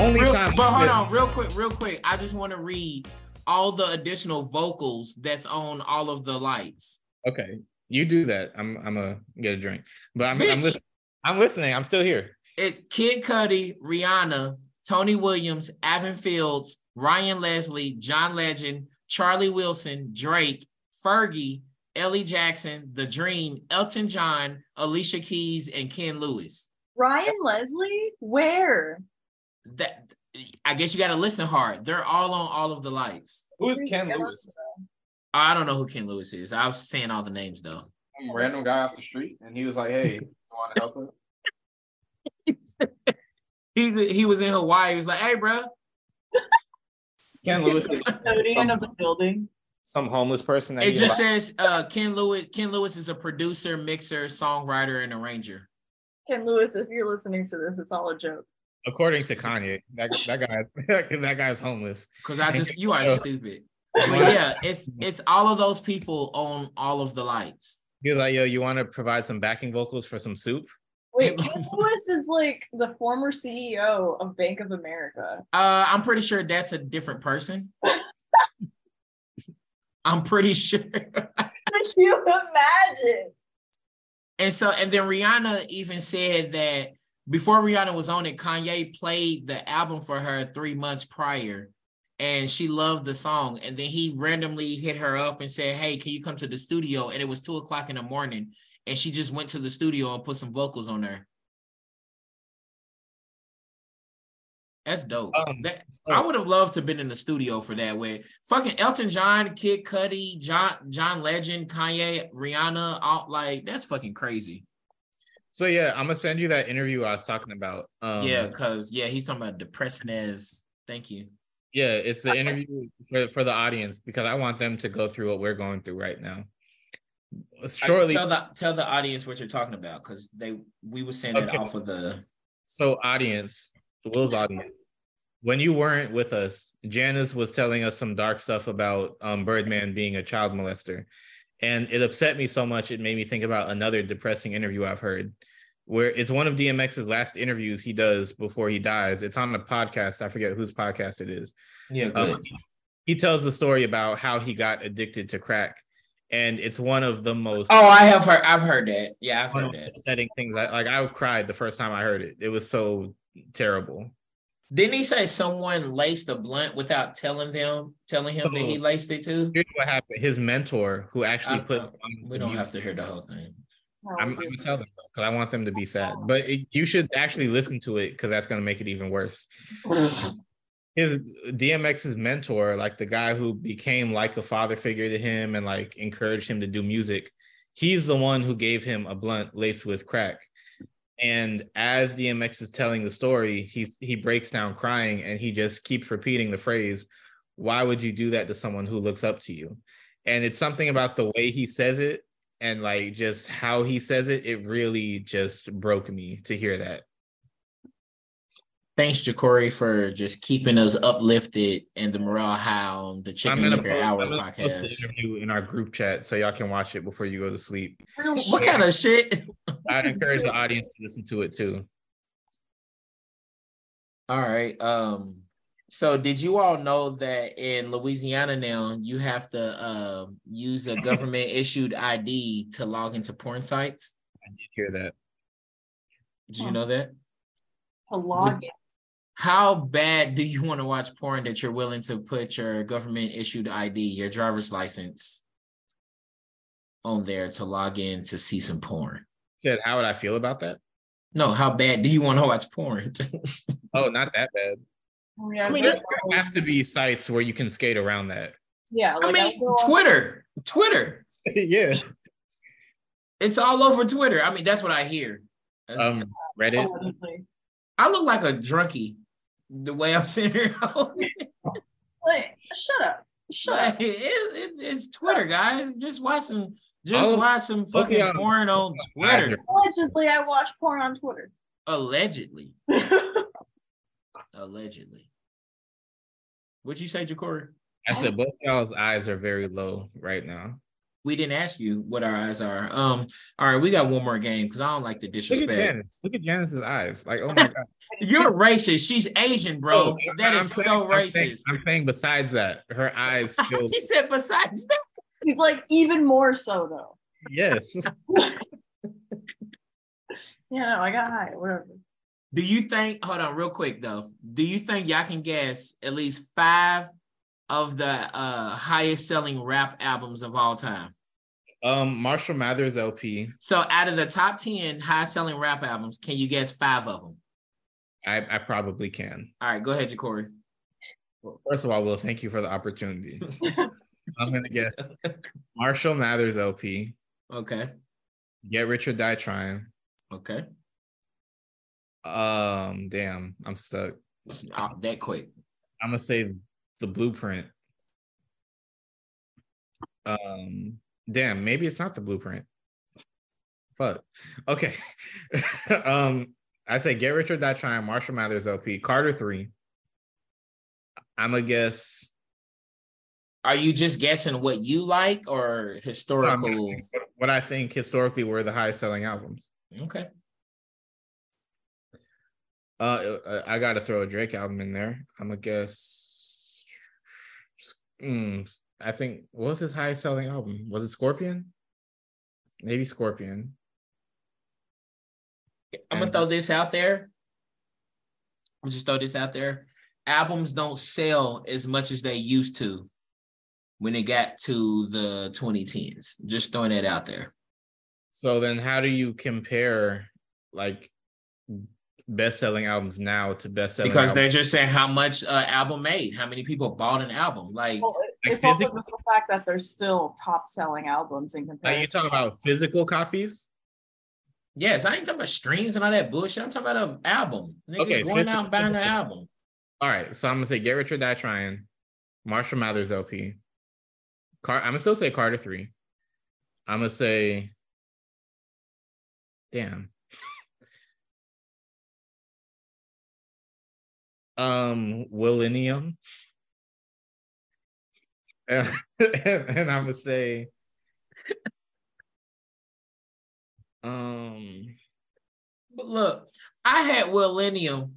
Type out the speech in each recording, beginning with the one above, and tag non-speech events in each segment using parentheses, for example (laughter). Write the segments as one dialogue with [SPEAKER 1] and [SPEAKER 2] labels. [SPEAKER 1] on, hold on, real quick, real quick. I just want to read all the additional vocals that's on all of the lights.
[SPEAKER 2] Okay, you do that. I'm I'm gonna get a drink, but I'm I'm
[SPEAKER 1] Bitch.
[SPEAKER 2] listening. I'm listening. I'm still here.
[SPEAKER 1] It's Kid Cudi, Rihanna, Tony Williams, Avin Fields, Ryan Leslie, John Legend, Charlie Wilson, Drake, Fergie, Ellie Jackson, The Dream, Elton John, Alicia Keys, and Ken Lewis.
[SPEAKER 3] Ryan Leslie, where?
[SPEAKER 1] That I guess you got to listen hard. They're all on all of the lights.
[SPEAKER 4] Who is Ken
[SPEAKER 3] Yeah.
[SPEAKER 4] Lewis?
[SPEAKER 1] I don't know who Ken Lewis is. I was saying all the names though.
[SPEAKER 4] Some random guy off the street, and he was like, "Hey, you want to help us?"
[SPEAKER 1] He's he was in Hawaii. He was like, "Hey, bro,
[SPEAKER 2] (laughs) Ken Lewis is
[SPEAKER 3] Custodian of the building.
[SPEAKER 2] some homeless person. That
[SPEAKER 1] It
[SPEAKER 2] you
[SPEAKER 1] just
[SPEAKER 2] like-
[SPEAKER 1] says uh, Ken Lewis. Ken Lewis is a producer, mixer, songwriter, and arranger.
[SPEAKER 3] Ken Lewis, if you're listening to this, it's all a joke.
[SPEAKER 2] according to Kanye, that that guy (laughs) that guy's homeless.
[SPEAKER 1] Because I just you are
[SPEAKER 2] Yeah.
[SPEAKER 1] stupid. But yeah, it's it's all of those people on all of the lights.
[SPEAKER 2] He's like, yo, you want to provide some backing vocals for some soup?
[SPEAKER 3] Wait, Ken Lewis is like the former CEO of Bank of America.
[SPEAKER 1] Uh, I'm pretty sure that's a different person. (laughs) I'm pretty sure. (laughs)
[SPEAKER 3] Could you imagine?
[SPEAKER 1] And so and then Rihanna even said that before Rihanna was on it, Kanye played the album for her three months prior. And she loved the song. And then he randomly hit her up and said, Hey, can you come to the studio? And it was two o'clock in the morning. And she just went to the studio and put some vocals on there. That's dope.
[SPEAKER 2] Um,
[SPEAKER 1] That-
[SPEAKER 2] so-
[SPEAKER 1] I would have loved to been in the studio for that. Where fucking Elton John, Kid Cudi, John John Legend, Kanye, Rihanna, all like that's fucking crazy.
[SPEAKER 2] So yeah, I'm gonna send you that interview I was talking about. Um,
[SPEAKER 1] yeah, cause yeah, he's talking about depressing as. Thank you.
[SPEAKER 2] yeah, it's the interview for, for the audience because I want them to go through what we're going through right now. Shortly,
[SPEAKER 1] tell the tell the audience what you're talking about, cause they we were saying that
[SPEAKER 2] Okay.
[SPEAKER 1] off of the
[SPEAKER 2] So, audience, Will's audience, when you weren't with us, Janice was telling us some dark stuff about um, Birdman being a child molester. And it upset me so much, it made me think about another depressing interview I've heard where it's one of DMX's last interviews he does before he dies. It's on a podcast. I forget whose podcast it is.
[SPEAKER 1] yeah.
[SPEAKER 2] Um, he tells the story about how he got addicted to crack. And it's one of the most
[SPEAKER 1] oh, I have heard. I've heard that. Yeah, I've
[SPEAKER 2] one
[SPEAKER 1] heard
[SPEAKER 2] of
[SPEAKER 1] that.
[SPEAKER 2] the upsetting things. I, like I cried the first time I heard it. It was so terrible.
[SPEAKER 1] Didn't he say someone laced a blunt without telling them, telling him that he
[SPEAKER 2] So-
[SPEAKER 1] laced it too?
[SPEAKER 2] here's what happened. His mentor, who actually
[SPEAKER 1] I-
[SPEAKER 2] put,
[SPEAKER 1] I- Uh, We don't have to hear the whole thing.
[SPEAKER 2] I'm, I'm gonna tell them because I want them to be sad. But it, you should actually listen to it because that's gonna make it even worse. His DMX's mentor, like the guy who became like a father figure to him and like encouraged him to do music, he's the one who gave him a blunt laced with crack. And as DMX is telling the story, he's he breaks down crying and he just keeps repeating the phrase, "Why would you do that to someone who looks up to you?" And it's something about the way he says it and like just how he says it. It really just broke me to hear that.
[SPEAKER 1] Thanks, Jacory, for just keeping us uplifted and the morale high on the Chicken Liquor
[SPEAKER 2] post-
[SPEAKER 1] Hour
[SPEAKER 2] I'm gonna post the
[SPEAKER 1] podcast.
[SPEAKER 2] interview in our group chat so y'all can watch it before you go to sleep.
[SPEAKER 1] What kind of shit?
[SPEAKER 2] I'd
[SPEAKER 3] is
[SPEAKER 2] encourage the
[SPEAKER 3] good.
[SPEAKER 2] audience to listen to it too.
[SPEAKER 1] All right. Um, so did you all know that in Louisiana now you have to uh, use
[SPEAKER 3] (laughs)
[SPEAKER 1] a government issued ID to log into porn sites?
[SPEAKER 2] I did hear that.
[SPEAKER 1] Did you
[SPEAKER 3] Huh.
[SPEAKER 1] know that?
[SPEAKER 3] to log in.
[SPEAKER 1] How bad do you want to watch porn that you're willing to put your government issued ID, your driver's license on there to log in to see some porn?
[SPEAKER 2] Said, how would I feel about that?
[SPEAKER 1] No, how bad do you want to watch porn? (laughs)
[SPEAKER 2] Oh, not that bad.
[SPEAKER 3] Oh, yeah,
[SPEAKER 1] I mean,
[SPEAKER 3] like,
[SPEAKER 1] that-
[SPEAKER 3] I'll-
[SPEAKER 2] Have to be sites where you can skate around
[SPEAKER 1] (laughs)
[SPEAKER 2] that.
[SPEAKER 3] yeah,
[SPEAKER 1] I
[SPEAKER 3] like,
[SPEAKER 1] mean,
[SPEAKER 3] I'll go on-
[SPEAKER 1] Twitter, Twitter.
[SPEAKER 2] yeah.
[SPEAKER 1] It's all over Twitter. I mean, that's what I hear.
[SPEAKER 2] Um, Reddit.
[SPEAKER 1] Oh,
[SPEAKER 3] allegedly.
[SPEAKER 1] I look like a drunkie the way I'm sitting here. (laughs) like,
[SPEAKER 3] Like, shut up. Shut
[SPEAKER 1] (laughs)
[SPEAKER 3] up.
[SPEAKER 1] it, it, it's Twitter, guys. Just watch some. Just
[SPEAKER 2] Oh, uh,
[SPEAKER 1] watch some fucking
[SPEAKER 2] on-
[SPEAKER 1] porn on Twitter.
[SPEAKER 3] Allegedly, I watch porn on Twitter. (laughs)
[SPEAKER 1] Allegedly, allegedly. What'd you say, Jacory?
[SPEAKER 2] I said both y'all's eyes are very low right now.
[SPEAKER 1] We didn't ask you what our eyes are. Um, all right, we got one more game because I don't like the
[SPEAKER 2] Look at
[SPEAKER 1] disrespect.
[SPEAKER 2] Janice. Look at Janice's eyes.
[SPEAKER 1] (laughs)
[SPEAKER 2] Like, oh my god,
[SPEAKER 1] You're racist. She's Asian, bro.
[SPEAKER 2] Oh,
[SPEAKER 1] that
[SPEAKER 2] I'm
[SPEAKER 1] is
[SPEAKER 2] saying-
[SPEAKER 1] so
[SPEAKER 2] I'm saying-
[SPEAKER 1] racist. (laughs)
[SPEAKER 2] I'm saying besides that, her eyes still
[SPEAKER 1] she said, besides that,
[SPEAKER 3] He's like even more so though.
[SPEAKER 2] yes.
[SPEAKER 3] Yeah, no, I got high, whatever.
[SPEAKER 1] do you think, hold on, real quick though, do you think y'all can guess at least five of the uh, highest selling rap albums of all time?
[SPEAKER 2] Um, Marshall Mathers LP.
[SPEAKER 1] So out of the top 10 high selling rap albums, can you guess five of them?
[SPEAKER 2] I, I probably can.
[SPEAKER 1] All right, go ahead, Jacory.
[SPEAKER 2] Well, First of all, Will, thank you for the opportunity. I'm gonna guess Marshall Mathers LP,
[SPEAKER 1] Okay.
[SPEAKER 2] Get Rich or Die Trying.
[SPEAKER 1] Okay.
[SPEAKER 2] Um, damn, I'm stuck.
[SPEAKER 1] Oh, that quick.
[SPEAKER 2] I'm gonna say the blueprint. Um, damn, maybe it's not the blueprint. Fuck. Okay. (laughs) um, I say get rich or die trying. Marshall Mathers LP, Carter three. I'm gonna guess.
[SPEAKER 1] Are you just guessing what you like or historical?
[SPEAKER 2] What I think historically were the highest selling albums.
[SPEAKER 1] Okay.
[SPEAKER 2] Uh, uh, I gotta throw a Drake album in there. I'm gonna guess. Mm, I think what was his highest selling album? Was it Scorpion? Maybe Scorpion.
[SPEAKER 1] I'm gonna
[SPEAKER 2] And-
[SPEAKER 1] throw this out there. I'll just throw this out there. Albums don't sell as much as they used to when it got to the 2010s. Just throwing that out there.
[SPEAKER 2] So then, how do you compare like best-selling albums now to best-selling?
[SPEAKER 1] Because
[SPEAKER 2] albums?
[SPEAKER 1] they're just saying how much uh album made, how many people bought an album. Like
[SPEAKER 3] Well, it-
[SPEAKER 2] Like
[SPEAKER 3] it's also
[SPEAKER 2] physically-
[SPEAKER 3] just the fact that there's still top selling albums in
[SPEAKER 2] Like, you
[SPEAKER 3] comparison.
[SPEAKER 2] talking about physical copies?
[SPEAKER 1] Yes, I ain't talking about streams and all that bullshit. I'm talking about an album. Nigga
[SPEAKER 2] Okay,
[SPEAKER 1] going out
[SPEAKER 2] fifty-
[SPEAKER 1] and buying an
[SPEAKER 2] fifty-
[SPEAKER 1] album.
[SPEAKER 2] All right, so I'm gonna say Get Rich or Die Trying, Marshall Mathers LP. Car, I'm gonna still say Carter three. I'm gonna say, damn. (laughs) um, Willennium. (laughs) and, and I'm gonna say, um,
[SPEAKER 1] But look, I had Millennium.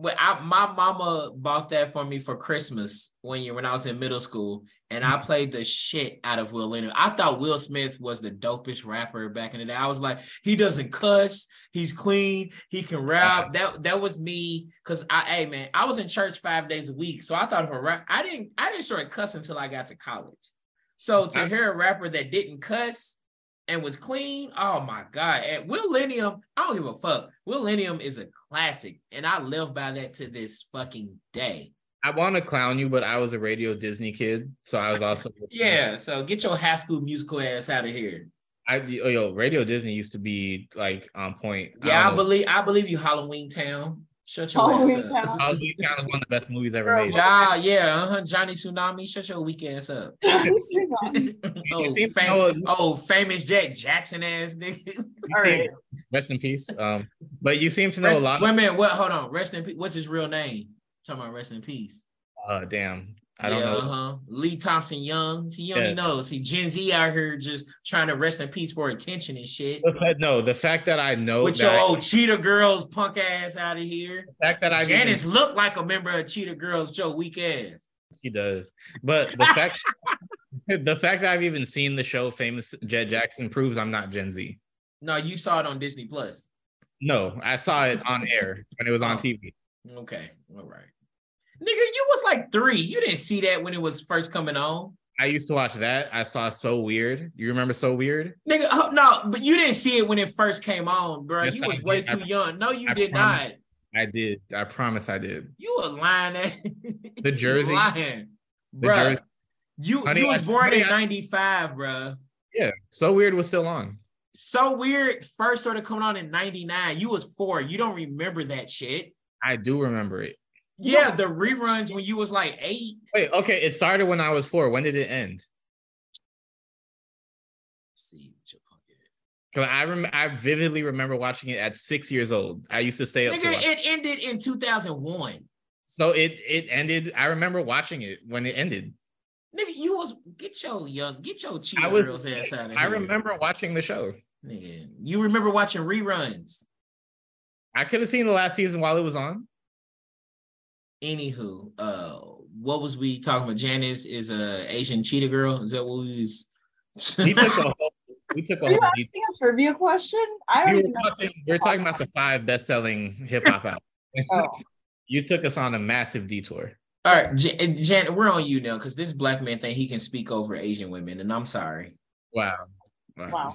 [SPEAKER 1] When I, my mama bought that for me for Christmas one year when I was in middle school, and I played the shit out of Will Lennon. I thought Will Smith was the dopest rapper back in the day. I was like, he doesn't cuss, he's clean, he can rap. That that was me, cause I, hey man, I was in church five days a week, so I thought if a rap, I didn't, I didn't start cussing until I got to college. So to
[SPEAKER 2] I-
[SPEAKER 1] hear a rapper that didn't cuss and was clean, oh my god! And Will Lennium, I don't give a fuck. Will Lennium is a classic, and I live by that to this fucking day.
[SPEAKER 2] I want to clown you, but I was a radio Disney kid, so I was also
[SPEAKER 1] Yeah, so get your high school musical ass out of here.
[SPEAKER 2] I oh, yo, Radio Disney used to be like on point.
[SPEAKER 1] Yeah, I
[SPEAKER 2] don't know.
[SPEAKER 1] believe I believe you, Halloween Town. Shut your
[SPEAKER 3] Halloween
[SPEAKER 1] ass up.
[SPEAKER 2] (laughs)
[SPEAKER 3] Town.
[SPEAKER 2] Halloween Town is one of the best movies ever
[SPEAKER 3] Bro,
[SPEAKER 2] made.
[SPEAKER 3] what-
[SPEAKER 1] Nah, yeah, uh-huh. Johnny Tsunami, shut your weak ass
[SPEAKER 3] (laughs)
[SPEAKER 1] up.
[SPEAKER 2] (laughs)
[SPEAKER 1] oh,
[SPEAKER 2] seen
[SPEAKER 1] fam-
[SPEAKER 2] Noah-
[SPEAKER 1] oh, famous Jack Jackson ass nigga.
[SPEAKER 2] You
[SPEAKER 3] All
[SPEAKER 2] seem-
[SPEAKER 3] right.
[SPEAKER 2] Rest in peace. Um, but you seem to know
[SPEAKER 1] Rest-
[SPEAKER 2] a lot.
[SPEAKER 1] Wait a minute, what? Hold on. Rest in peace. What's his real name? talking about rest in peace.
[SPEAKER 2] Uh, damn, I don't
[SPEAKER 1] yeah,
[SPEAKER 2] know.
[SPEAKER 1] Uh-huh. Lee Thompson Young. See, you only
[SPEAKER 2] Yeah.
[SPEAKER 1] know. See, Gen Z out here just trying to rest in peace for attention and shit.
[SPEAKER 2] But no, the fact that I know
[SPEAKER 1] With your
[SPEAKER 2] that,
[SPEAKER 1] old Cheetah Girls punk ass out of here.
[SPEAKER 2] the fact that I
[SPEAKER 1] Janice looked like a member of Cheetah Girls, Joe Weak ass.
[SPEAKER 2] (laughs) She does. But the fact (laughs) the fact that I've even seen the show Famous Jet Jackson proves I'm not Gen Z.
[SPEAKER 1] No, you saw it on Disney Plus.
[SPEAKER 2] No, I saw it on air when it was on
[SPEAKER 1] Oh.
[SPEAKER 2] TV.
[SPEAKER 1] Okay, all right. Nigga, you was like three. You didn't see that when it was first coming on.
[SPEAKER 2] I used to watch that. I saw So Weird. You remember So Weird?
[SPEAKER 1] Nigga, oh, no, but you didn't see it when it first came on, bro.
[SPEAKER 2] Yes,
[SPEAKER 1] you
[SPEAKER 2] I
[SPEAKER 1] was
[SPEAKER 2] did.
[SPEAKER 1] way
[SPEAKER 2] I-
[SPEAKER 1] too young. No, you
[SPEAKER 2] I
[SPEAKER 1] did
[SPEAKER 2] promise.
[SPEAKER 1] not.
[SPEAKER 2] I did. I promise I did.
[SPEAKER 1] You a lying ass. (laughs)
[SPEAKER 2] The jersey.
[SPEAKER 1] lying. Bruh,
[SPEAKER 2] jersey.
[SPEAKER 1] you,
[SPEAKER 2] Honey,
[SPEAKER 1] you was
[SPEAKER 2] I-
[SPEAKER 1] born
[SPEAKER 2] honey,
[SPEAKER 1] in
[SPEAKER 2] I-
[SPEAKER 1] 95, bruh.
[SPEAKER 2] Yeah. So weird was still on.
[SPEAKER 1] So weird. First started coming on in 99. You was four. You don't remember that shit.
[SPEAKER 2] I do remember it.
[SPEAKER 1] Yeah, the reruns when you was like eight.
[SPEAKER 2] Wait, okay. It started when I was four. When did it end?
[SPEAKER 1] See, what your punk ass-
[SPEAKER 2] Cause I rem- I vividly remember watching it at six years old. I used to stay up. to
[SPEAKER 1] Nigga,
[SPEAKER 2] watch.
[SPEAKER 1] it ended in 2001.
[SPEAKER 2] so it it ended. I remember watching it when it ended.
[SPEAKER 1] Nigga, you was get your young, get your cheetah
[SPEAKER 2] I was-
[SPEAKER 1] girls ass out of here.
[SPEAKER 2] I remember watching the show.
[SPEAKER 1] Nigga, you remember watching reruns.
[SPEAKER 2] I could have seen the last season while it was on.
[SPEAKER 1] Anywho, uh, what was we talking about? Janice is a Asian cheetah girl. Is that what we was? (laughs)
[SPEAKER 2] We took a whole. We took a
[SPEAKER 3] Are (laughs) you
[SPEAKER 2] whole. deep-
[SPEAKER 3] asking a trivia question?
[SPEAKER 2] We
[SPEAKER 3] I don't
[SPEAKER 2] were,
[SPEAKER 3] even know.
[SPEAKER 2] talking, we were talking about the five best-selling hip hop albums.
[SPEAKER 3] Oh.
[SPEAKER 2] you took us on a massive detour.
[SPEAKER 1] All right, Jan, Jan, we're on you now because this black man thing he can speak over Asian women, and I'm sorry.
[SPEAKER 2] Wow. Wow.
[SPEAKER 3] Wow.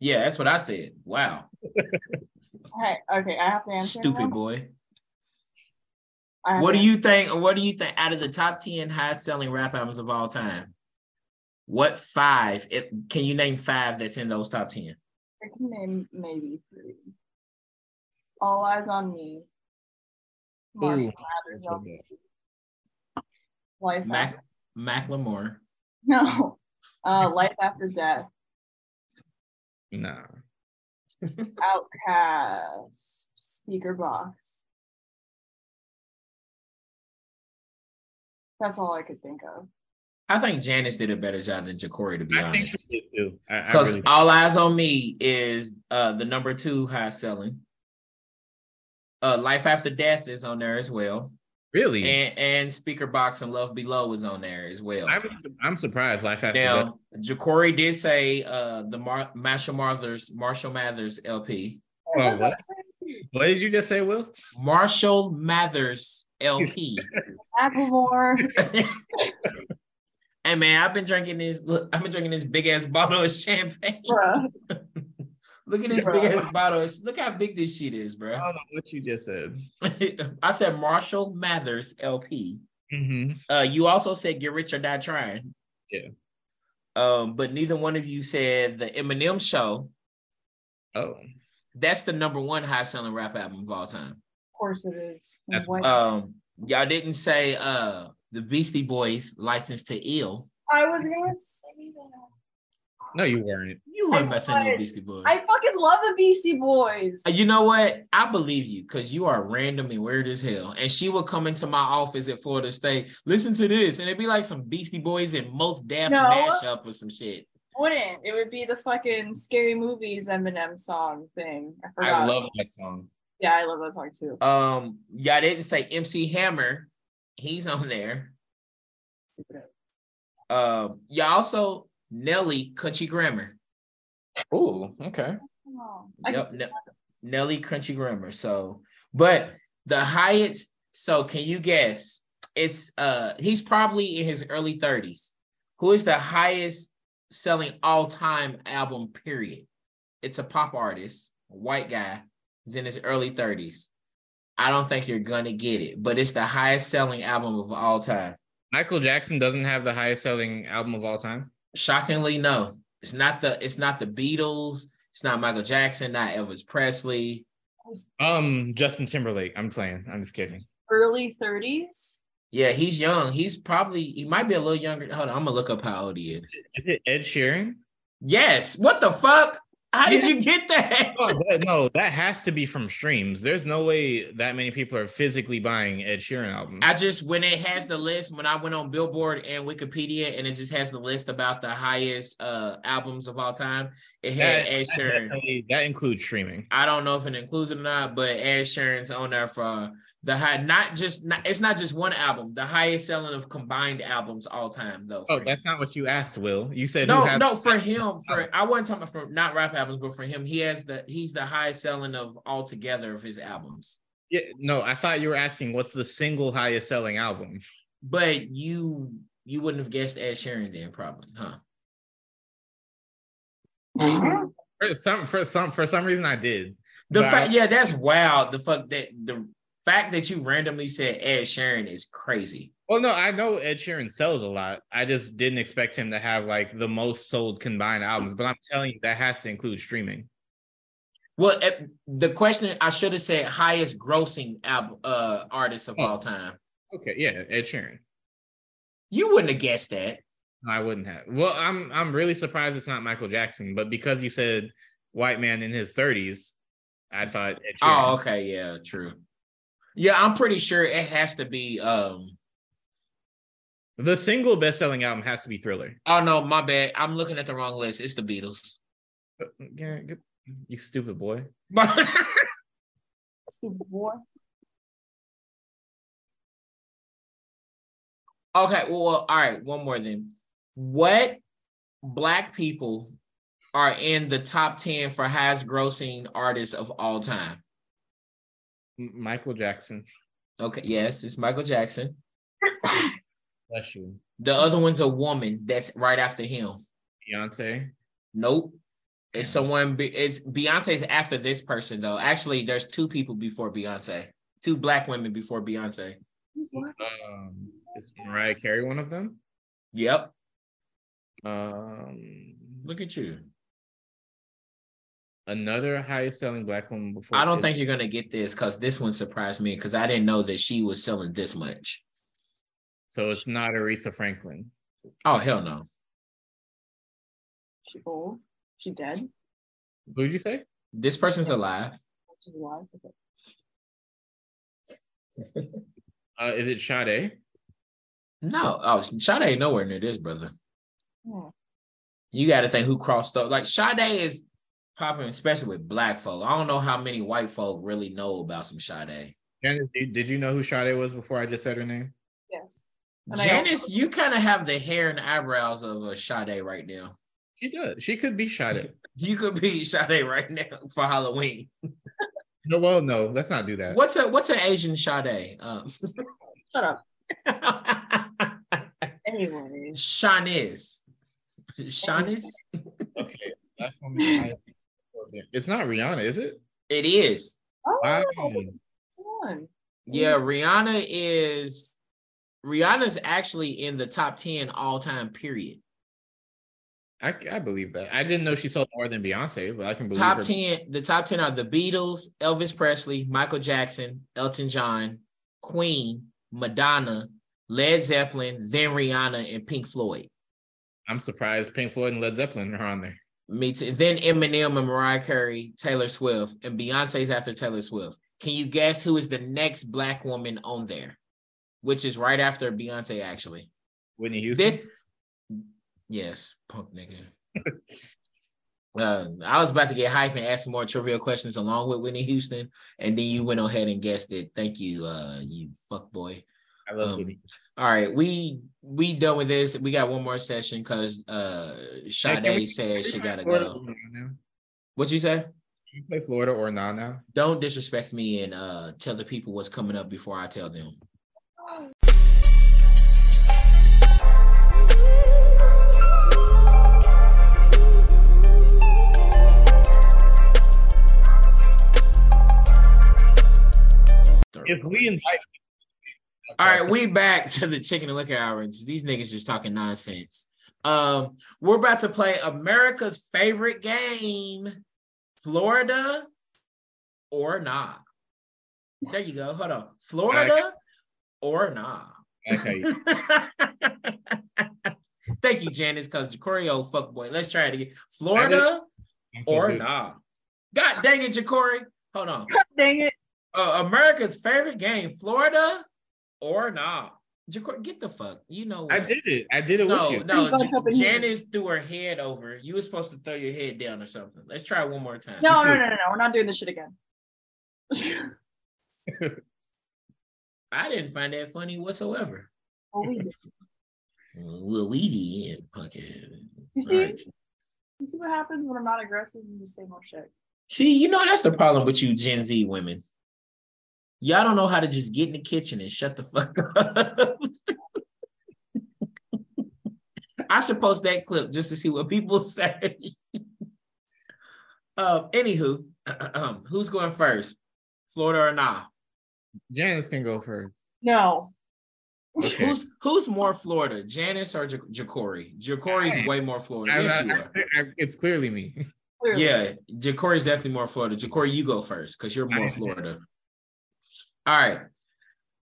[SPEAKER 1] Yeah, that's what I said. Wow,
[SPEAKER 3] Hey, okay, I have to answer.
[SPEAKER 1] stupid
[SPEAKER 3] now?
[SPEAKER 1] boy.
[SPEAKER 3] I have
[SPEAKER 1] What
[SPEAKER 3] to
[SPEAKER 1] do you think? What do you think out of the top ten highest selling rap albums of all time? What five? It, can you name five that's in those top ten?
[SPEAKER 3] I can name maybe three. All Eyes on Me. Marshall
[SPEAKER 2] Ooh.
[SPEAKER 3] Mathers Elvis Life.
[SPEAKER 1] Mac
[SPEAKER 3] After, (laughs)
[SPEAKER 1] Macklemore.
[SPEAKER 3] no. Uh, Life After Death.
[SPEAKER 2] Nah.
[SPEAKER 3] Outcast. Speaker Box. That's all I could think of.
[SPEAKER 1] I think Janice did a better job than Jacory, to be
[SPEAKER 2] I think
[SPEAKER 1] honest.
[SPEAKER 2] she did too. I, I
[SPEAKER 1] Because
[SPEAKER 2] really,
[SPEAKER 1] All Eyes on Me is uh, the number two highest selling. Uh, Life After Death is on there as well,
[SPEAKER 2] really.
[SPEAKER 1] and and Speaker Box and Love Below is on there as well.
[SPEAKER 2] I'm su- I'm surprised. Life after Death.
[SPEAKER 1] Now, Jacory did say uh, the Mar- Marshall Mathers Marshall Mathers LP,
[SPEAKER 2] Oh, what? What did you just say, Will?
[SPEAKER 1] Marshall Mathers
[SPEAKER 2] (laughs)
[SPEAKER 1] LP.
[SPEAKER 3] Macklemore.
[SPEAKER 1] hey man, I've been drinking this. Look, I've been drinking this big ass (laughs) bottle of champagne.
[SPEAKER 3] Bruh.
[SPEAKER 1] Look at this
[SPEAKER 3] Bruh.
[SPEAKER 1] big ass bottle. of- Look how big this shit is,
[SPEAKER 2] I
[SPEAKER 1] bro.
[SPEAKER 2] don't know what you just said.
[SPEAKER 1] (laughs) I said Marshall Mathers LP.
[SPEAKER 2] Mm-hmm.
[SPEAKER 1] Uh, you also said get rich or die trying.
[SPEAKER 2] Yeah.
[SPEAKER 1] Um, but neither one of you said the Eminem Show.
[SPEAKER 2] Oh,
[SPEAKER 1] That's the number one high selling rap album of all time.
[SPEAKER 3] Of course it is.
[SPEAKER 2] That's-
[SPEAKER 3] What?
[SPEAKER 1] Um, y'all didn't say uh the Beastie Boys License to Ill.
[SPEAKER 3] I was gonna say that.
[SPEAKER 2] no, you weren't.
[SPEAKER 1] You weren't
[SPEAKER 3] I
[SPEAKER 1] messing with
[SPEAKER 3] was.
[SPEAKER 1] Beastie Boys.
[SPEAKER 3] I fucking love the BC Boys.
[SPEAKER 1] Uh, You know what? I believe you because you are random and weird as hell. And she would come into my office at Florida State, listen to this, and it'd be like some Beastie Boys and most Daft
[SPEAKER 3] No.
[SPEAKER 1] mashup or some shit.
[SPEAKER 3] Wouldn't it would be the fucking scary movies Eminem song thing? I forgot.
[SPEAKER 2] I love that song.
[SPEAKER 3] Yeah, I love that song too.
[SPEAKER 1] Um, y'all didn't say MC Hammer, he's on there. Um, y'all also Nelly Country Grammar.
[SPEAKER 2] Ooh, okay.
[SPEAKER 3] Oh, I can
[SPEAKER 1] Yep,
[SPEAKER 3] see
[SPEAKER 1] Ne- Nelly Country Grammar. So, but the highest, so can you guess? It's uh he's probably in his early 30s. Who is the highest selling all-time album period? It's a pop artist, white guy, he's in his early 30s. I don't think you're gonna get it, but it's the highest selling album of all time.
[SPEAKER 2] Michael Jackson doesn't have the highest selling album of all time.
[SPEAKER 1] Shockingly, no. It's not the it's not the Beatles, it's not Michael Jackson, not Elvis Presley.
[SPEAKER 2] Um, Justin Timberlake. I'm playing. I'm just kidding.
[SPEAKER 3] early 30s.
[SPEAKER 1] Yeah, he's young. He's probably he might be a little younger. Hold on, I'm gonna look up how old he is.
[SPEAKER 2] Is it Ed Sheeran?
[SPEAKER 1] Yes. What the fuck? How did you get that?
[SPEAKER 2] Oh, that, no, that has to be from streams. There's no way that many people are physically buying Ed Sheeran albums.
[SPEAKER 1] I just when it has the list when I went on Billboard and Wikipedia and it just has the list about the highest uh albums of all time. It had
[SPEAKER 2] That-
[SPEAKER 1] Ed
[SPEAKER 2] that
[SPEAKER 1] Sheeran.
[SPEAKER 2] definitely- that includes streaming.
[SPEAKER 1] I don't know if it includes it or not, but Ed Sheeran's on there for the high. Not just not, it's not just one album. The highest selling of combined albums all time though. for
[SPEAKER 2] Oh,
[SPEAKER 1] him.
[SPEAKER 2] that's not what you asked, Will. You said
[SPEAKER 1] No,
[SPEAKER 2] who has-
[SPEAKER 1] no,
[SPEAKER 2] (laughs)
[SPEAKER 1] for him, for I wasn't talking about for not rap albums, but for him, he has the he's the highest selling of altogether of his albums.
[SPEAKER 2] Yeah, no, I thought you were asking what's the single highest selling album.
[SPEAKER 1] But you you wouldn't have guessed Ed Sheeran then, probably, huh?
[SPEAKER 2] For some for some for some reason I did.
[SPEAKER 1] The
[SPEAKER 2] Wow.
[SPEAKER 1] fact, yeah, that's wild. The fuck that the fact that you randomly said Ed Sheeran is crazy.
[SPEAKER 2] Well, no, I know Ed Sheeran sells a lot. I just didn't expect him to have like the most sold combined albums, but I'm telling you that has to include streaming.
[SPEAKER 1] Well, eh, the question I should have said highest grossing album uh artist of all time.
[SPEAKER 2] Okay, yeah, Ed Sheeran.
[SPEAKER 1] You wouldn't have guessed that.
[SPEAKER 2] I wouldn't have. Well, I'm I'm really surprised it's not Michael Jackson, but because you said white man in his 30s, I thought Ed Sheeran.
[SPEAKER 1] Oh, okay, yeah, true. Yeah, I'm pretty sure it has to be um
[SPEAKER 2] The single best-selling album has to be Thriller.
[SPEAKER 1] Oh no, my bad. I'm looking at the wrong list. It's the Beatles. (laughs)
[SPEAKER 2] But, yeah, good- you stupid boy.
[SPEAKER 3] Stupid boy.
[SPEAKER 1] Okay, well, all right, one more then. What black people are in the top 10 for highest grossing artists of all time?
[SPEAKER 2] M- Michael Jackson.
[SPEAKER 1] Okay, yes, it's Michael Jackson.
[SPEAKER 2] Bless you.
[SPEAKER 1] The other one's a woman that's right after him.
[SPEAKER 2] Beyonce.
[SPEAKER 1] Nope. It's someone be- it's Beyonce's after this person though. Actually, there's two people before Beyonce. Two black women before Beyonce.
[SPEAKER 2] Um, is Mariah Carey one of them?
[SPEAKER 1] Yep.
[SPEAKER 2] Um,
[SPEAKER 1] Look at you.
[SPEAKER 2] another highest-selling black woman before.
[SPEAKER 1] I don't
[SPEAKER 2] is-
[SPEAKER 1] think you're gonna get this because this one surprised me because I didn't know that she was selling this much.
[SPEAKER 2] so. It's not Aretha Franklin.
[SPEAKER 1] Oh hell no.
[SPEAKER 3] She old. She dead.
[SPEAKER 2] Who'd you say?
[SPEAKER 1] This person's alive.
[SPEAKER 3] She's alive. Okay.
[SPEAKER 2] Uh, is it Sade?
[SPEAKER 1] No, oh Sade ain't nowhere near this, brother.
[SPEAKER 3] Yeah.
[SPEAKER 1] You gotta think who crossed up. Like Sade is popular, especially with black folk. I don't know how many white folk really know about some Sade.
[SPEAKER 2] Janice, did, did you know who Sade was before I just said her name?
[SPEAKER 3] Yes. And I don't-
[SPEAKER 1] Janice, you kind of have the hair and eyebrows of a Sade right now.
[SPEAKER 2] She does. She could be
[SPEAKER 1] (laughs)
[SPEAKER 2] Sade.
[SPEAKER 1] You could be Sade right now for Halloween.
[SPEAKER 2] no, well, no, let's not do that.
[SPEAKER 1] What's a what's an Asian Sade? Um,
[SPEAKER 3] Shut up.
[SPEAKER 1] (laughs)
[SPEAKER 3] Anyway.
[SPEAKER 1] Shanis. Shanis?
[SPEAKER 2] Okay, black woman highest- It's not Rihanna, is it?
[SPEAKER 1] It is.
[SPEAKER 3] Oh,
[SPEAKER 2] Wow.
[SPEAKER 3] one.
[SPEAKER 1] Yeah,
[SPEAKER 3] Mm-hmm.
[SPEAKER 1] Rihanna is Rihanna's actually in the top 10 all time period.
[SPEAKER 2] I, I believe that. I didn't know she sold more than Beyonce, but I can believe
[SPEAKER 1] Top
[SPEAKER 2] her.
[SPEAKER 1] 10, the top 10 are the Beatles, Elvis Presley, Michael Jackson, Elton John, Queen, Madonna, Led Zeppelin, then Rihanna, and Pink Floyd.
[SPEAKER 2] I'm surprised Pink Floyd and Led Zeppelin are on there.
[SPEAKER 1] Me too. Then Eminem and Mariah Carey, Taylor Swift, and Beyonce's after Taylor Swift. Can you guess who is the next black woman on there? Which is right after Beyonce, actually.
[SPEAKER 2] Whitney Houston.
[SPEAKER 1] This, yes, punk nigga. (laughs) Uh, I was about to get hype and ask some more trivial questions along with Whitney Houston, and then you went ahead and guessed it. Thank you, uh, you fuck boy.
[SPEAKER 2] I love
[SPEAKER 1] um,
[SPEAKER 2] Whitney.
[SPEAKER 1] All right, we we done with this. We got one more session because uh,
[SPEAKER 2] Hey,
[SPEAKER 1] Sade
[SPEAKER 2] can we-
[SPEAKER 1] said she gotta
[SPEAKER 2] Florida
[SPEAKER 1] go.
[SPEAKER 2] or Nah now?
[SPEAKER 1] What you say?
[SPEAKER 2] Can we play Florida or not now?
[SPEAKER 1] Don't disrespect me and uh, tell the people what's coming up before I tell them.
[SPEAKER 2] If we invite,
[SPEAKER 1] All right, we back to the chicken and liquor hour. These niggas just talking nonsense. Um, we're about to play America's favorite game, Florida or not. There you go. Hold on, Florida or not.
[SPEAKER 2] okay, (laughs)
[SPEAKER 1] Thank you, Janice, because Jacory, old fuckboy. Let's try it again. Florida or nah. God dang it, Jacory. Hold on.
[SPEAKER 3] Dang it.
[SPEAKER 1] Uh, America's favorite game, Florida or nah. Jacory, get the fuck. You know what?
[SPEAKER 2] I did it. I did it
[SPEAKER 1] No,
[SPEAKER 2] with you.
[SPEAKER 1] no.
[SPEAKER 3] Everybody up in
[SPEAKER 1] J-
[SPEAKER 3] here.
[SPEAKER 1] Janice threw her head over. You were supposed to throw your head down or something. Let's try one more time.
[SPEAKER 3] No, no, no, no, no. We're not doing this shit again.
[SPEAKER 1] I didn't find that funny whatsoever.
[SPEAKER 3] Well, we did.
[SPEAKER 1] Well, we did, fucking.
[SPEAKER 3] You see?
[SPEAKER 1] Right.
[SPEAKER 3] You see what happens when I'm not aggressive and just say more shit.
[SPEAKER 1] See, you know that's the problem with you Gen Z women. Y'all don't know how to just get in the kitchen and shut the fuck up. (laughs) I should post that clip just to see what people (laughs) say. um, anywho, (clears throat) um, who's going first? Florida or not?
[SPEAKER 2] Janice can go first.
[SPEAKER 3] No.
[SPEAKER 2] Okay.
[SPEAKER 1] Who's who's more Florida, Janice or Ja- Jacory? Jacory's
[SPEAKER 2] I-
[SPEAKER 1] way more Florida.
[SPEAKER 2] I-
[SPEAKER 1] yes,
[SPEAKER 2] I-
[SPEAKER 1] you are.
[SPEAKER 2] I- it's clearly me. (laughs)
[SPEAKER 3] Clearly.
[SPEAKER 1] Yeah, Jacory's definitely more Florida. Jacory, you go first because you're more
[SPEAKER 2] I-
[SPEAKER 1] Florida. All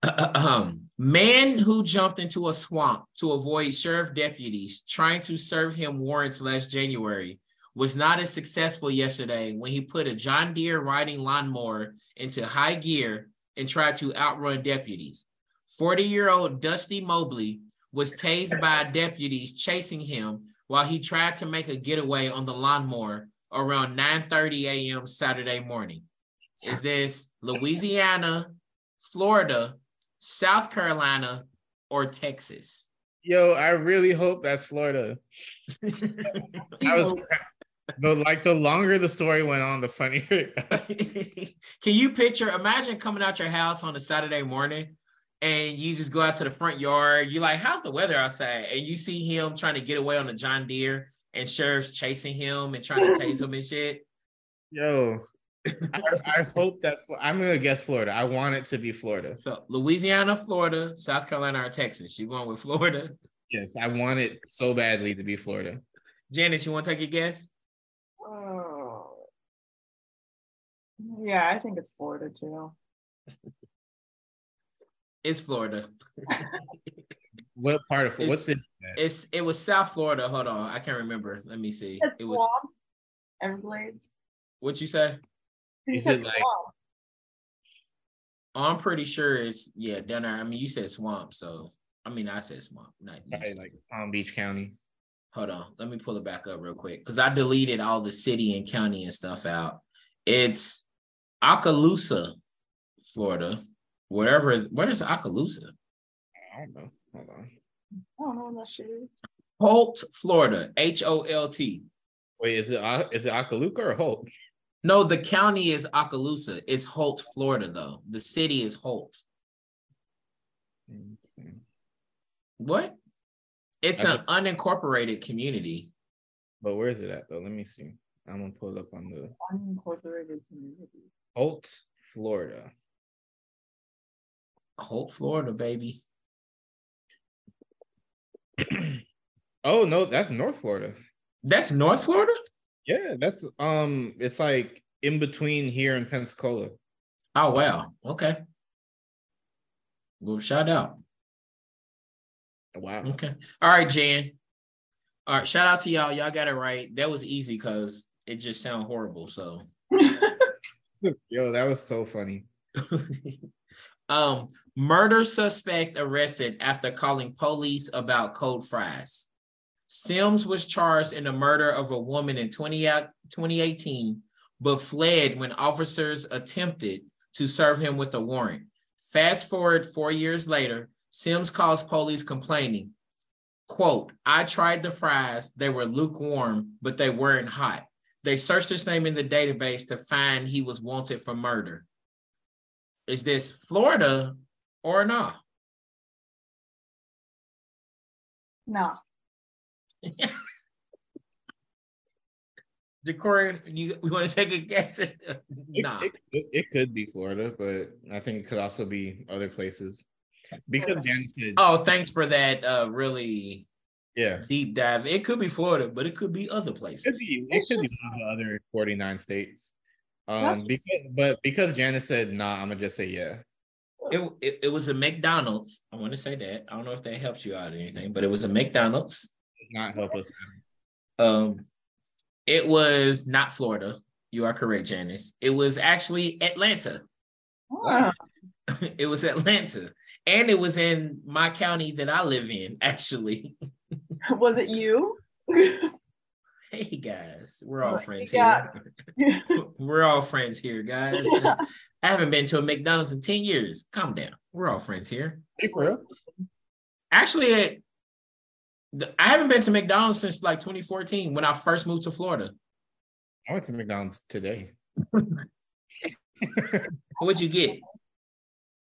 [SPEAKER 1] right. (clears throat) Man who jumped into a swamp to avoid sheriff deputies trying to serve him warrants last January was not as successful yesterday when he put a John Deere riding lawnmower into high gear and tried to outrun deputies. 40 year old Dusty Mobley was tased by deputies chasing him while he tried to make a getaway on the lawnmower around 9:30 a.m. Saturday morning. Is this Louisiana, Florida, South Carolina, or Texas? (laughs)
[SPEAKER 2] Yo, I really hope that's Florida. I
[SPEAKER 1] (laughs)
[SPEAKER 2] was, (laughs) but like the longer the story went on, the funnier. It got.
[SPEAKER 1] Can you picture? Imagine coming out your house on a Saturday morning and you just go out to the front yard. You're like, how's the weather outside? And you see him trying to get away on a John Deere and sheriff's chasing him and trying to tase him and shit.
[SPEAKER 2] Yo, (laughs) I, I hope that I'm gonna guess Florida. I want it to be Florida.
[SPEAKER 1] So Louisiana, Florida, South Carolina, or Texas? You going with Florida?
[SPEAKER 2] Yes, I want it so badly to be Florida.
[SPEAKER 1] Janice, you want to take a guess?
[SPEAKER 3] Oh. Yeah, I think it's Florida too.
[SPEAKER 1] It's Florida.
[SPEAKER 2] What part of
[SPEAKER 1] It's-
[SPEAKER 2] Florida? What's it?
[SPEAKER 1] It's it was South Florida. Hold on, I can't remember. Let me see.
[SPEAKER 3] It's
[SPEAKER 1] It was
[SPEAKER 3] swamp. Everglades.
[SPEAKER 1] what you say?
[SPEAKER 3] You
[SPEAKER 2] Is
[SPEAKER 3] said
[SPEAKER 2] it like-
[SPEAKER 3] swamp.
[SPEAKER 1] Oh, I'm pretty sure it's yeah down there. I mean, you said swamp, so I mean I said swamp, not you.
[SPEAKER 2] Probably like Palm Beach County.
[SPEAKER 1] Hold on, let me pull it back up real quick because I deleted all the city and county and stuff out. It's Okaloosa, Florida. Wherever, where is Okaloosa?
[SPEAKER 2] I don't know. Hold on.
[SPEAKER 3] I don't know what that shit is.
[SPEAKER 1] Holt, Florida. H O L T.
[SPEAKER 2] Wait, is it O- is it Akaluka or Holt?
[SPEAKER 1] No, the county is Okaloosa. It's Holt, Florida, though. The city is Holt. What? It's an unincorporated community.
[SPEAKER 2] But where is it at though? Let me see. I'm gonna pull it up on the
[SPEAKER 3] Unincorporated community.
[SPEAKER 2] Holt, Florida.
[SPEAKER 1] Holt, Florida, baby.
[SPEAKER 2] oh no, that's North Florida.
[SPEAKER 1] That's North Florida?
[SPEAKER 2] Yeah, that's um, it's like in between here and Pensacola.
[SPEAKER 1] Oh, wow. Okay. Well, shout out.
[SPEAKER 2] Wow.
[SPEAKER 1] Okay. All right, Jan. All right. Shout out to y'all. Y'all got it right. That was easy because it just sounded horrible. So
[SPEAKER 2] Yo, that was so funny.
[SPEAKER 1] um, murder suspect arrested after calling police about cold fries. Sims was charged in the murder of a woman in 20, out- 2018, but fled when officers attempted to serve him with a warrant. Fast forward four years later, Sims calls police complaining, quote, I tried the fries. They were lukewarm, but they weren't hot. They searched his name in the database to find he was wanted for murder is this Florida or not?
[SPEAKER 3] (laughs) Nah.
[SPEAKER 1] (laughs) Jacory, you, (laughs) you want to take a guess? (laughs) at-
[SPEAKER 2] It,
[SPEAKER 1] nah.
[SPEAKER 2] it, it, it could be Florida, but I think it could also be other places. Because Janice said,
[SPEAKER 1] Oh, thanks for that uh, really
[SPEAKER 2] yeah,
[SPEAKER 1] deep dive. It could be Florida, but it could be other
[SPEAKER 2] it could
[SPEAKER 1] places.
[SPEAKER 2] be, it could be
[SPEAKER 3] just-
[SPEAKER 2] one of the other 49 states.
[SPEAKER 3] That's
[SPEAKER 2] Um,
[SPEAKER 3] just-
[SPEAKER 2] because, but because Janice said, nah, I'm gonna just say, yeah.
[SPEAKER 1] It, it, it was a McDonald's. I want to say that. I don't know if that helps you out or anything, but it was a McDonald's.
[SPEAKER 2] Does not help us.
[SPEAKER 1] Um, it was not Florida. You are correct, Janice. It was actually Atlanta. (laughs)
[SPEAKER 3] Huh.
[SPEAKER 1] it was Atlanta. And it was in my county that I live in, (laughs) actually.
[SPEAKER 3] Was
[SPEAKER 1] (laughs)
[SPEAKER 3] it you?
[SPEAKER 1] Hey guys, we're all
[SPEAKER 3] Right,
[SPEAKER 1] friends
[SPEAKER 3] you got-
[SPEAKER 1] here. (laughs) we're all friends here,
[SPEAKER 3] (laughs)
[SPEAKER 1] guys. I haven't been to a McDonald's in 10 years. Calm down. We're all friends here.
[SPEAKER 2] Hey, for real?
[SPEAKER 1] Actually, it- the- I haven't been to McDonald's since like 2014 when I first moved to Florida.
[SPEAKER 2] I went to McDonald's today.
[SPEAKER 1] What'd you get?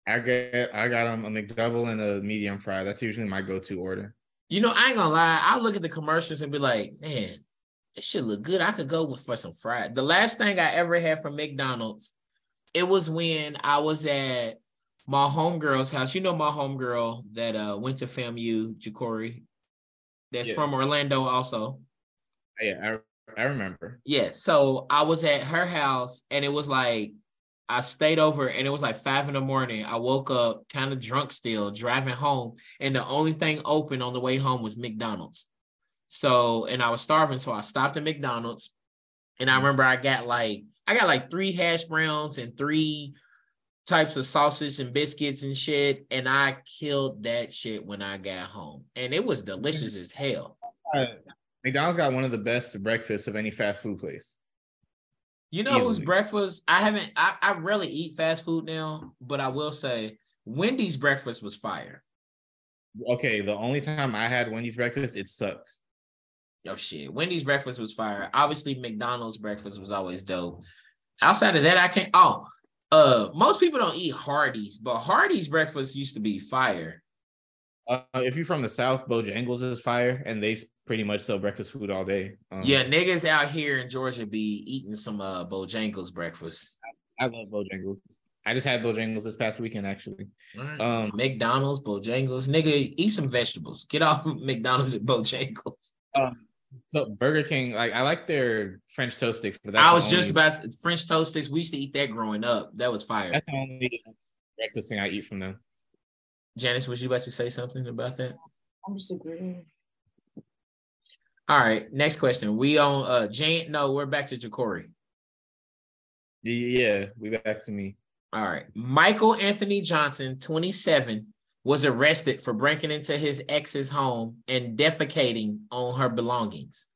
[SPEAKER 2] I get I got um, a McDouble and a medium fry. That's usually my go-to order.
[SPEAKER 1] You know, I ain't gonna lie. I look at the commercials and be like, man, this should look good. I could go with for some fried. The last thing I ever had from McDonald's, it was when I was at my homegirl's house. You know my homegirl that uh went to FAMU, Jacory, that's
[SPEAKER 2] Yeah.
[SPEAKER 1] from Orlando also.
[SPEAKER 2] Yeah, I I remember.
[SPEAKER 1] Yeah, so I was at her house and it was like I stayed over and it was like five in the morning. I woke up kind of drunk still, driving home, and the only thing open on the way home was McDonald's. So and I was starving, so I stopped at McDonald's, and I remember I got like I got like three hash browns and three types of sausage and biscuits and shit, and I killed that shit when I got home, and it was delicious as hell.
[SPEAKER 2] McDonald's got one of the best breakfasts of any fast food place.
[SPEAKER 1] You know whose
[SPEAKER 2] Easily.
[SPEAKER 1] breakfast? I haven't. I, I rarely eat fast food now, but I will say Wendy's breakfast was fire.
[SPEAKER 2] Okay, the only time I had Wendy's breakfast, it sucks.
[SPEAKER 1] Oh shit, Wendy's breakfast was fire. Obviously, McDonald's breakfast was always dope. Outside of that, I can't. Oh, uh, most people don't eat Hardee's, but Hardee's breakfast used to be fire.
[SPEAKER 2] Uh, if you're from the South, Bojangles is fire, and they s- pretty much sell breakfast food all day. Um,
[SPEAKER 1] Yeah, niggas out here in Georgia be eating some uh Bojangles breakfast.
[SPEAKER 2] I love Bojangles. I just had Bojangles this past weekend, actually. Um,
[SPEAKER 1] Mm. McDonald's, Bojangles, nigga, eat some vegetables. Get off of (laughs) McDonald's and Bojangles.
[SPEAKER 2] um, so Burger King, like I like their French toast sticks, but that's
[SPEAKER 1] I
[SPEAKER 2] the
[SPEAKER 1] was just
[SPEAKER 2] only-
[SPEAKER 1] about to- French toast sticks. We used to eat that growing up. That was fire.
[SPEAKER 2] that's the only breakfast thing I eat from them.
[SPEAKER 1] Janice, was you about to say something about that?
[SPEAKER 3] I'm just agreeing.
[SPEAKER 1] All right, next question. We on uh Jan? No, we're back to Jacory.
[SPEAKER 2] Y- Yeah, we back to me.
[SPEAKER 1] All right. Michael Anthony Johnson, 27, was arrested for breaking into his ex's home and defecating on her belongings.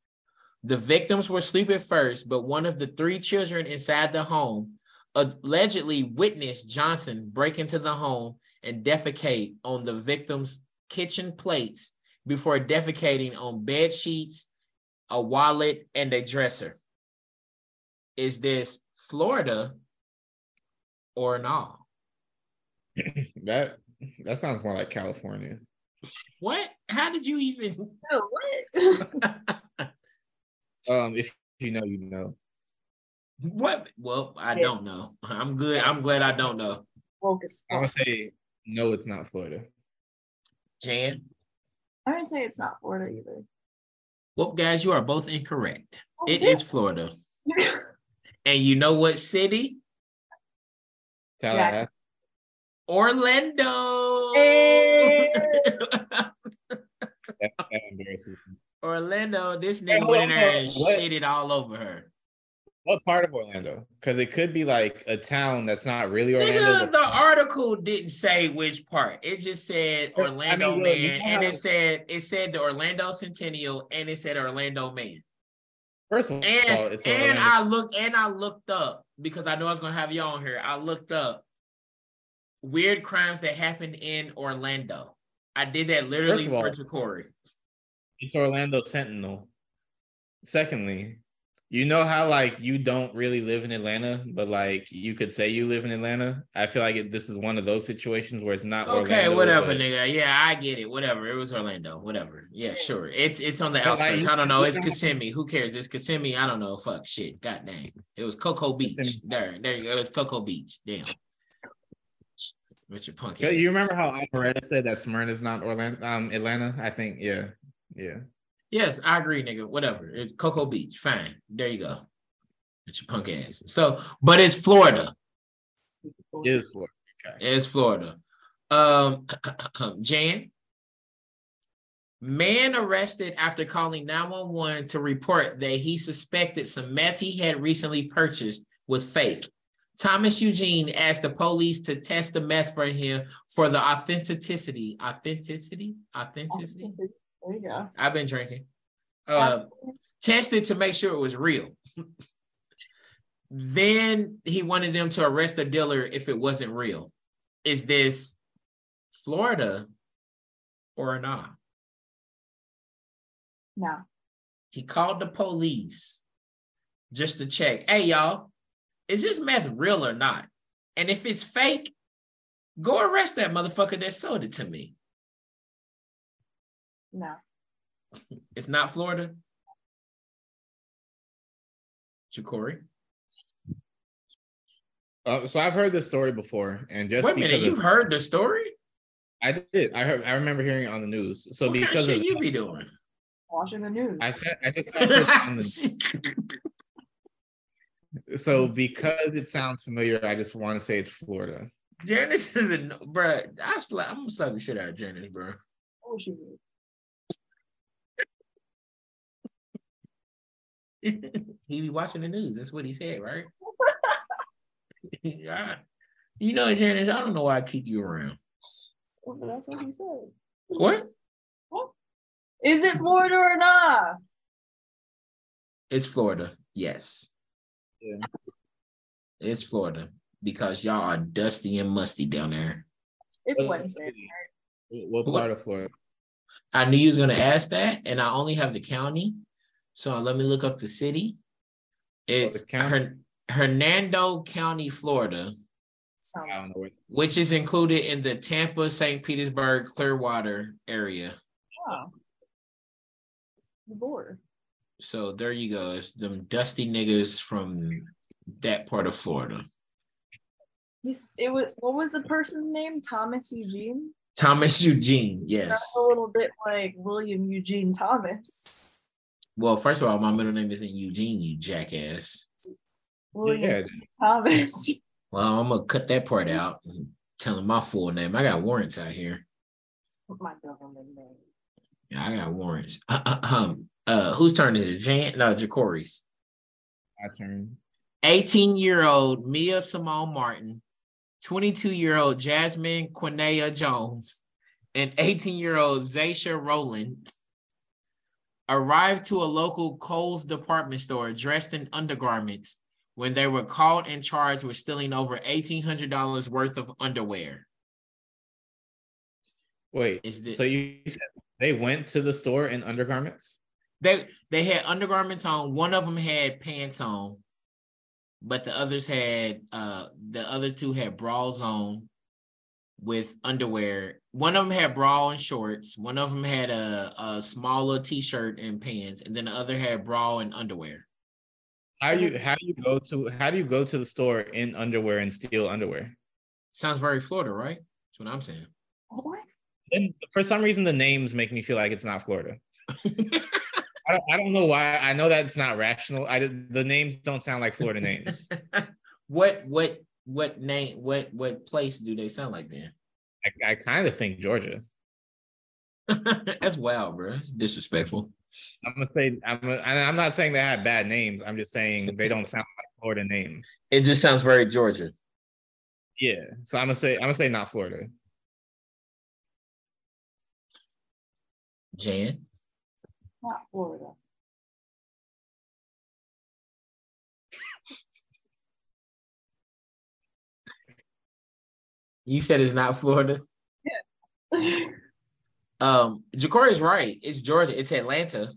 [SPEAKER 1] The victims were sleeping first, but one of the three children inside the home allegedly witnessed Johnson break into the home and defecate on the victim's kitchen plates before defecating on bed sheets, a wallet, and a dresser. Is this Florida or no?
[SPEAKER 2] That that sounds more like California.
[SPEAKER 1] What? How did you even? (laughs)
[SPEAKER 3] what?
[SPEAKER 2] Um, if you know, you know.
[SPEAKER 1] What? Well, I
[SPEAKER 3] Yeah.
[SPEAKER 1] don't know. I'm good. I'm glad I don't know.
[SPEAKER 3] (laughs) Woke as
[SPEAKER 2] I would
[SPEAKER 3] fuck.
[SPEAKER 2] say no, it's not Florida.
[SPEAKER 1] Jan,
[SPEAKER 3] I'm gonna say it's not Florida either.
[SPEAKER 1] well, guys, you are both incorrect.
[SPEAKER 2] Oh,
[SPEAKER 3] (laughs)
[SPEAKER 1] It is Florida,
[SPEAKER 3] is.
[SPEAKER 1] and you know what city?
[SPEAKER 2] Tallahassee.
[SPEAKER 1] Orlando.
[SPEAKER 3] Hey.
[SPEAKER 2] That, that embarrasses me.
[SPEAKER 1] (laughs) Orlando. This
[SPEAKER 2] Hey,
[SPEAKER 1] nigga
[SPEAKER 2] hold on,
[SPEAKER 1] went in there and
[SPEAKER 2] hold on. What?
[SPEAKER 1] shit it all over her.
[SPEAKER 2] What part of Orlando? Because it could be like a town that's not really Orlando.
[SPEAKER 1] Nigga,
[SPEAKER 2] but-
[SPEAKER 1] the article didn't say which part. It just said
[SPEAKER 2] I mean,
[SPEAKER 1] Orlando
[SPEAKER 2] well,
[SPEAKER 1] man,
[SPEAKER 2] you know
[SPEAKER 1] and
[SPEAKER 2] how-
[SPEAKER 1] it said it said the Orlando Centennial, and it said Orlando man.
[SPEAKER 2] First of all,
[SPEAKER 1] And
[SPEAKER 2] it's
[SPEAKER 1] and
[SPEAKER 2] Orlando.
[SPEAKER 1] I look and I looked up because I know I was gonna have you on here. I looked up weird crimes that happened in Orlando. I did that literally
[SPEAKER 2] First of all-
[SPEAKER 1] for Jacory.
[SPEAKER 2] it's Orlando Sentinel. Secondly, you know how like you don't really live in Atlanta, but like you could say you live in Atlanta. I feel like it, this is one of those situations where it's not
[SPEAKER 1] Okay,
[SPEAKER 2] Orlando,
[SPEAKER 1] whatever,
[SPEAKER 2] but-
[SPEAKER 1] nigga. Yeah, I get it. Whatever. It was Orlando. Whatever. Yeah, sure. It's it's on the
[SPEAKER 2] But, like,
[SPEAKER 1] outskirts.
[SPEAKER 2] you-
[SPEAKER 1] I don't know.
[SPEAKER 2] you
[SPEAKER 1] It's
[SPEAKER 2] don't-
[SPEAKER 1] Kissimmee. Who cares? It's Kissimmee. I don't know. Fuck shit. God dang. It was Cocoa Beach.
[SPEAKER 2] Kissimmee.
[SPEAKER 1] There, there you go. It was Cocoa Beach. Damn. Richard Punk.
[SPEAKER 2] Yeah, You
[SPEAKER 1] ass.
[SPEAKER 2] remember how Alvaretta said that Smyrna's not Orlando, um, Atlanta? I think, yeah, yeah.
[SPEAKER 1] Yes, I agree, nigga. Whatever. It, Cocoa Beach, fine. There you go. It's your punk ass. So, but it's Florida.
[SPEAKER 2] It is Florida.
[SPEAKER 1] It's Florida. Um, (clears throat) Jan, man arrested after calling 911 to report that he suspected some meth he had recently purchased was fake. Thomas Eugene asked the police to test the meth for him for the authenticity, authenticity, authenticity.
[SPEAKER 3] There you go.
[SPEAKER 1] I've been drinking. Um, tested to make sure it was real. (laughs) then he wanted them to arrest the dealer if it wasn't real. Is this Florida or not?
[SPEAKER 3] No.
[SPEAKER 1] He called the police just to check. Hey, y'all, is this meth real or not? And if it's fake, go arrest that motherfucker that sold it to me.
[SPEAKER 3] No.
[SPEAKER 1] It's not Florida. Jacory.
[SPEAKER 2] Uh, so I've heard this story before, and just
[SPEAKER 1] Wait a minute,
[SPEAKER 2] because of-
[SPEAKER 1] you've heard the story?
[SPEAKER 2] I did. I heard. I remember hearing it on the news. So
[SPEAKER 1] what kind of
[SPEAKER 2] because
[SPEAKER 1] shit
[SPEAKER 2] of,
[SPEAKER 1] you
[SPEAKER 2] (laughs)
[SPEAKER 1] be doing?
[SPEAKER 3] Watching the news.
[SPEAKER 2] I said, I just saw
[SPEAKER 1] (laughs)
[SPEAKER 2] this on the So because it sounds familiar, I just want to say it's Florida.
[SPEAKER 1] Janice is a bruh. I slap, I'm gonna slap the shit out of Janice, bro.
[SPEAKER 3] What would you do?
[SPEAKER 2] (laughs)
[SPEAKER 1] he be watching the news. That's what he said, right? yeah. You know, Janice, I don't know why I keep you around.
[SPEAKER 3] Well, but that's what he said.
[SPEAKER 1] What?
[SPEAKER 3] Is it Florida or not?
[SPEAKER 1] It's Florida. Yes.
[SPEAKER 4] Yeah.
[SPEAKER 1] It's Florida because y'all are dusty and musty down there.
[SPEAKER 3] It's
[SPEAKER 2] Uh,
[SPEAKER 3] Wednesday.
[SPEAKER 2] What part of Florida?
[SPEAKER 1] I knew you was gonna ask that, and I only have the county, so uh, let me look up the city. It's
[SPEAKER 2] county?
[SPEAKER 1] Hern- Hernando County, Florida,
[SPEAKER 2] I don't
[SPEAKER 3] Sounds
[SPEAKER 2] know. Where,
[SPEAKER 1] which is included in the Tampa, St. Petersburg, Clearwater area.
[SPEAKER 3] wow. The border.
[SPEAKER 1] So there you go. It's them dusty niggas from that part of Florida.
[SPEAKER 3] He's it was what was the person's name? Thomas Eugene?
[SPEAKER 1] Thomas Eugene,
[SPEAKER 3] Sounds
[SPEAKER 1] yes.
[SPEAKER 3] a little bit like William Eugene Thomas.
[SPEAKER 1] Well, first of all, my middle name isn't Eugene, you jackass.
[SPEAKER 3] William
[SPEAKER 2] yeah,
[SPEAKER 3] Thomas. (laughs)
[SPEAKER 1] Well, I'm gonna cut that part out. and Tell him my full name. I got warrants out here.
[SPEAKER 3] My government name.
[SPEAKER 1] Yeah, I got warrants. (clears throat) uh, whose turn is it? Jan? No, Jacory's.
[SPEAKER 2] my turn.
[SPEAKER 1] 18 year old Mia Simone Martin, 22 year old Jasmine Quinea Jones, and 18 year old Zaisha Rowland arrived to a local Kohl's department store dressed in undergarments when they were caught and charged with stealing over $1,800 worth of underwear.
[SPEAKER 2] Wait,
[SPEAKER 1] Is the-
[SPEAKER 2] so you said they went to the store in undergarments?
[SPEAKER 1] They they had undergarments on. One of them had pants on, but the others had uh the other two had bras on with underwear. One of them had bra and shorts. One of them had a, a smaller t-shirt and pants, and then the other had bra and underwear.
[SPEAKER 2] How you how you go to how do you go to the store in underwear and steal underwear?
[SPEAKER 1] Sounds very Florida, right? That's what I'm saying.
[SPEAKER 3] What?
[SPEAKER 2] And for some reason, the names make me feel like it's not
[SPEAKER 1] (laughs)
[SPEAKER 2] Florida. I don't, I don't know why. I know that's not rational. I did- the names don't sound like Florida
[SPEAKER 1] (laughs)
[SPEAKER 2] names.
[SPEAKER 1] what what what name what what place do they sound like then? (laughs)
[SPEAKER 2] I, I kind of think Georgia.
[SPEAKER 1] That's wild, bro. It's disrespectful.
[SPEAKER 2] I'm gonna say I'm. Gonna, and I'm not saying they have bad names. I'm just saying they don't sound like Florida names.
[SPEAKER 1] It just sounds very Georgia.
[SPEAKER 2] Yeah. So I'm gonna say I'm gonna say not Florida.
[SPEAKER 1] Jan.
[SPEAKER 3] Not Florida. (laughs)
[SPEAKER 1] You said it's not Florida.
[SPEAKER 3] Oh,
[SPEAKER 1] Um, Jacory is right. It's Georgia. It's Atlanta.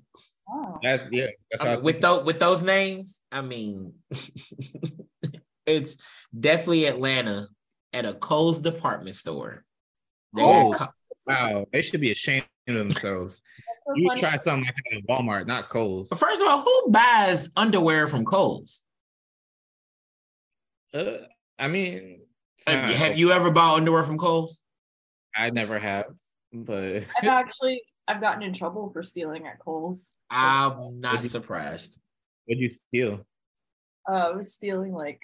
[SPEAKER 3] wow.
[SPEAKER 2] That's yeah. That's
[SPEAKER 1] I
[SPEAKER 2] what I
[SPEAKER 1] mean,
[SPEAKER 2] was
[SPEAKER 1] with
[SPEAKER 2] thinking.
[SPEAKER 1] those with those names, I mean, (laughs) it's definitely Atlanta at a Kohl's department store. They got
[SPEAKER 2] Kohl's.
[SPEAKER 1] ca-
[SPEAKER 2] wow, they should be ashamed of
[SPEAKER 1] (laughs)
[SPEAKER 2] themselves.
[SPEAKER 3] So
[SPEAKER 2] You
[SPEAKER 3] funny.
[SPEAKER 2] try something like that at Walmart, not Kohl's.
[SPEAKER 1] First of all, who buys underwear from Kohl's?
[SPEAKER 2] Uh, I mean, it's
[SPEAKER 1] Have,
[SPEAKER 2] not-
[SPEAKER 1] have you ever bought underwear from Kohl's?
[SPEAKER 2] I never have, but (laughs)
[SPEAKER 3] I've actually I've gotten in trouble for stealing at Kohl's.
[SPEAKER 1] I'm not
[SPEAKER 2] Would you-
[SPEAKER 1] surprised. (laughs)
[SPEAKER 2] what'd you steal?
[SPEAKER 3] Uh, I was stealing like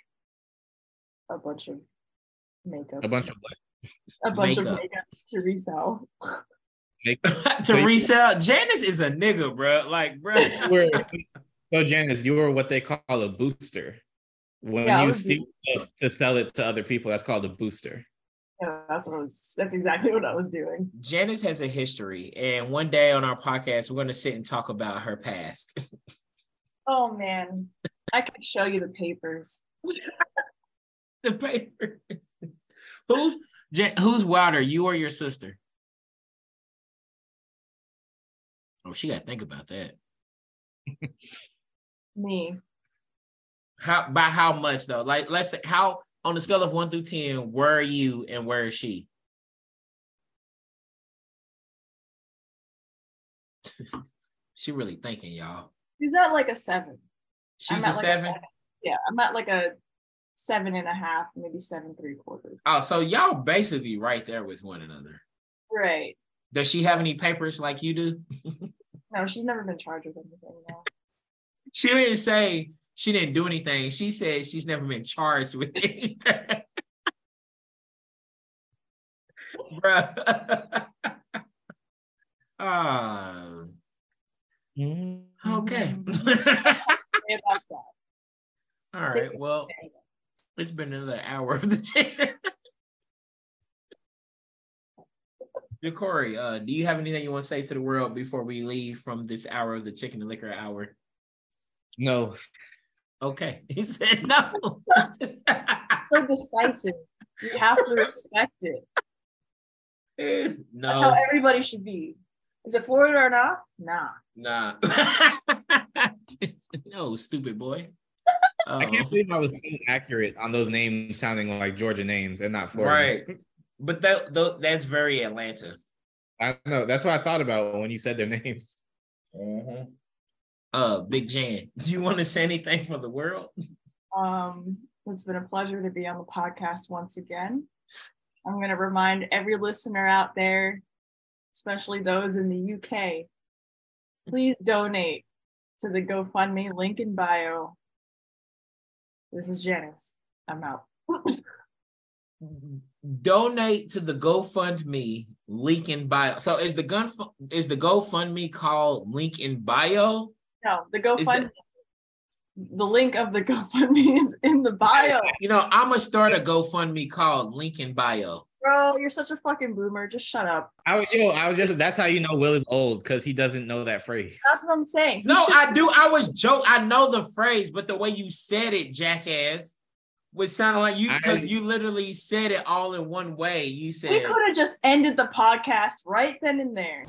[SPEAKER 3] a bunch of makeup,
[SPEAKER 2] A bunch of what?
[SPEAKER 3] a bunch of
[SPEAKER 1] Makeup.
[SPEAKER 3] makeup to resell.
[SPEAKER 1] to resell, Janice is a nigga, bruh. Like, bruh.
[SPEAKER 2] You (laughs) were- so Janice, you were what they call a booster. When
[SPEAKER 3] Yeah, I
[SPEAKER 2] you
[SPEAKER 3] was
[SPEAKER 2] steal stuff to sell it to other people, that's called a booster.
[SPEAKER 3] Yeah, that's what I was. That's exactly what I was doing.
[SPEAKER 1] Janice has a history, and one day on our podcast, we're gonna sit and talk about her past. (laughs)
[SPEAKER 3] Oh man, I can show you the papers.
[SPEAKER 1] the papers. who's Jan- who's wilder, you or your sister? Oh, she got to think about that.
[SPEAKER 3] Me,
[SPEAKER 1] How by how much though? Like, let's say how on a scale of one through ten, where are you and where is she? (laughs) she really thinking, y'all.
[SPEAKER 3] is that like a seven? I'm
[SPEAKER 1] She's a
[SPEAKER 3] at like a
[SPEAKER 1] seven.
[SPEAKER 3] Yeah, I'm at like a seven and a half, maybe seven three quarters.
[SPEAKER 1] Oh, so y'all basically right there with one another.
[SPEAKER 3] Right.
[SPEAKER 1] Does she have any papers like you do?
[SPEAKER 3] No, she's never been charged with anything. No.
[SPEAKER 1] She didn't say she didn't do anything. She said she's never been charged with anything. (laughs) Bruh. (laughs) Ah, okay. Mm-hmm. (laughs)
[SPEAKER 3] Say about that.
[SPEAKER 1] All right. Well, It's been another hour of the (laughs) chat. Corey, uh, do you have anything you want to say to the world before we leave from this hour of the chicken and liquor hour?
[SPEAKER 2] No,
[SPEAKER 1] Okay. (laughs) He said no. (laughs)
[SPEAKER 3] so decisive. You have to respect it. That's how
[SPEAKER 1] Eh, no,
[SPEAKER 3] everybody should be. Is it Florida or not? Nah.
[SPEAKER 1] nah. e- (laughs) no, stupid boy.
[SPEAKER 2] I
[SPEAKER 1] Oh.
[SPEAKER 2] can't believe I was so accurate on those names sounding like Georgia names and not Florida. Right.
[SPEAKER 1] But that tho- that's very Atlanta.
[SPEAKER 2] (laughs) I know. That's what I thought about when you said their (laughs) names.
[SPEAKER 1] Mm-hmm. Uh, Big Jan, do you want to say anything for the world?
[SPEAKER 3] Um, it's been a pleasure to be on the podcast once again. I'm going to remind every listener out there, especially those in the UK, please donate to the GoFundMe link in bio. This is Janice. I'm out.
[SPEAKER 1] Donate to the GoFundMe link in bio. So is the gun is the GoFundMe called link in bio?
[SPEAKER 3] No, the GoFundMe. The link of the (laughs) GoFundMe is in the bio.
[SPEAKER 1] You know, I'm gonna start a GoFundMe called link in bio.
[SPEAKER 3] Bro, you're such a fucking boomer. Just shut up.
[SPEAKER 2] I was yo, I was just that's how you know Will is old because he doesn't know that phrase.
[SPEAKER 3] That's what I'm saying. He
[SPEAKER 1] No,
[SPEAKER 3] should-
[SPEAKER 1] I do. I was joke. I know the phrase, but the way you said it, jackass, was sounded like you because
[SPEAKER 2] I-
[SPEAKER 1] you literally said it all in one way. You said
[SPEAKER 3] we could have just ended the podcast right then and there.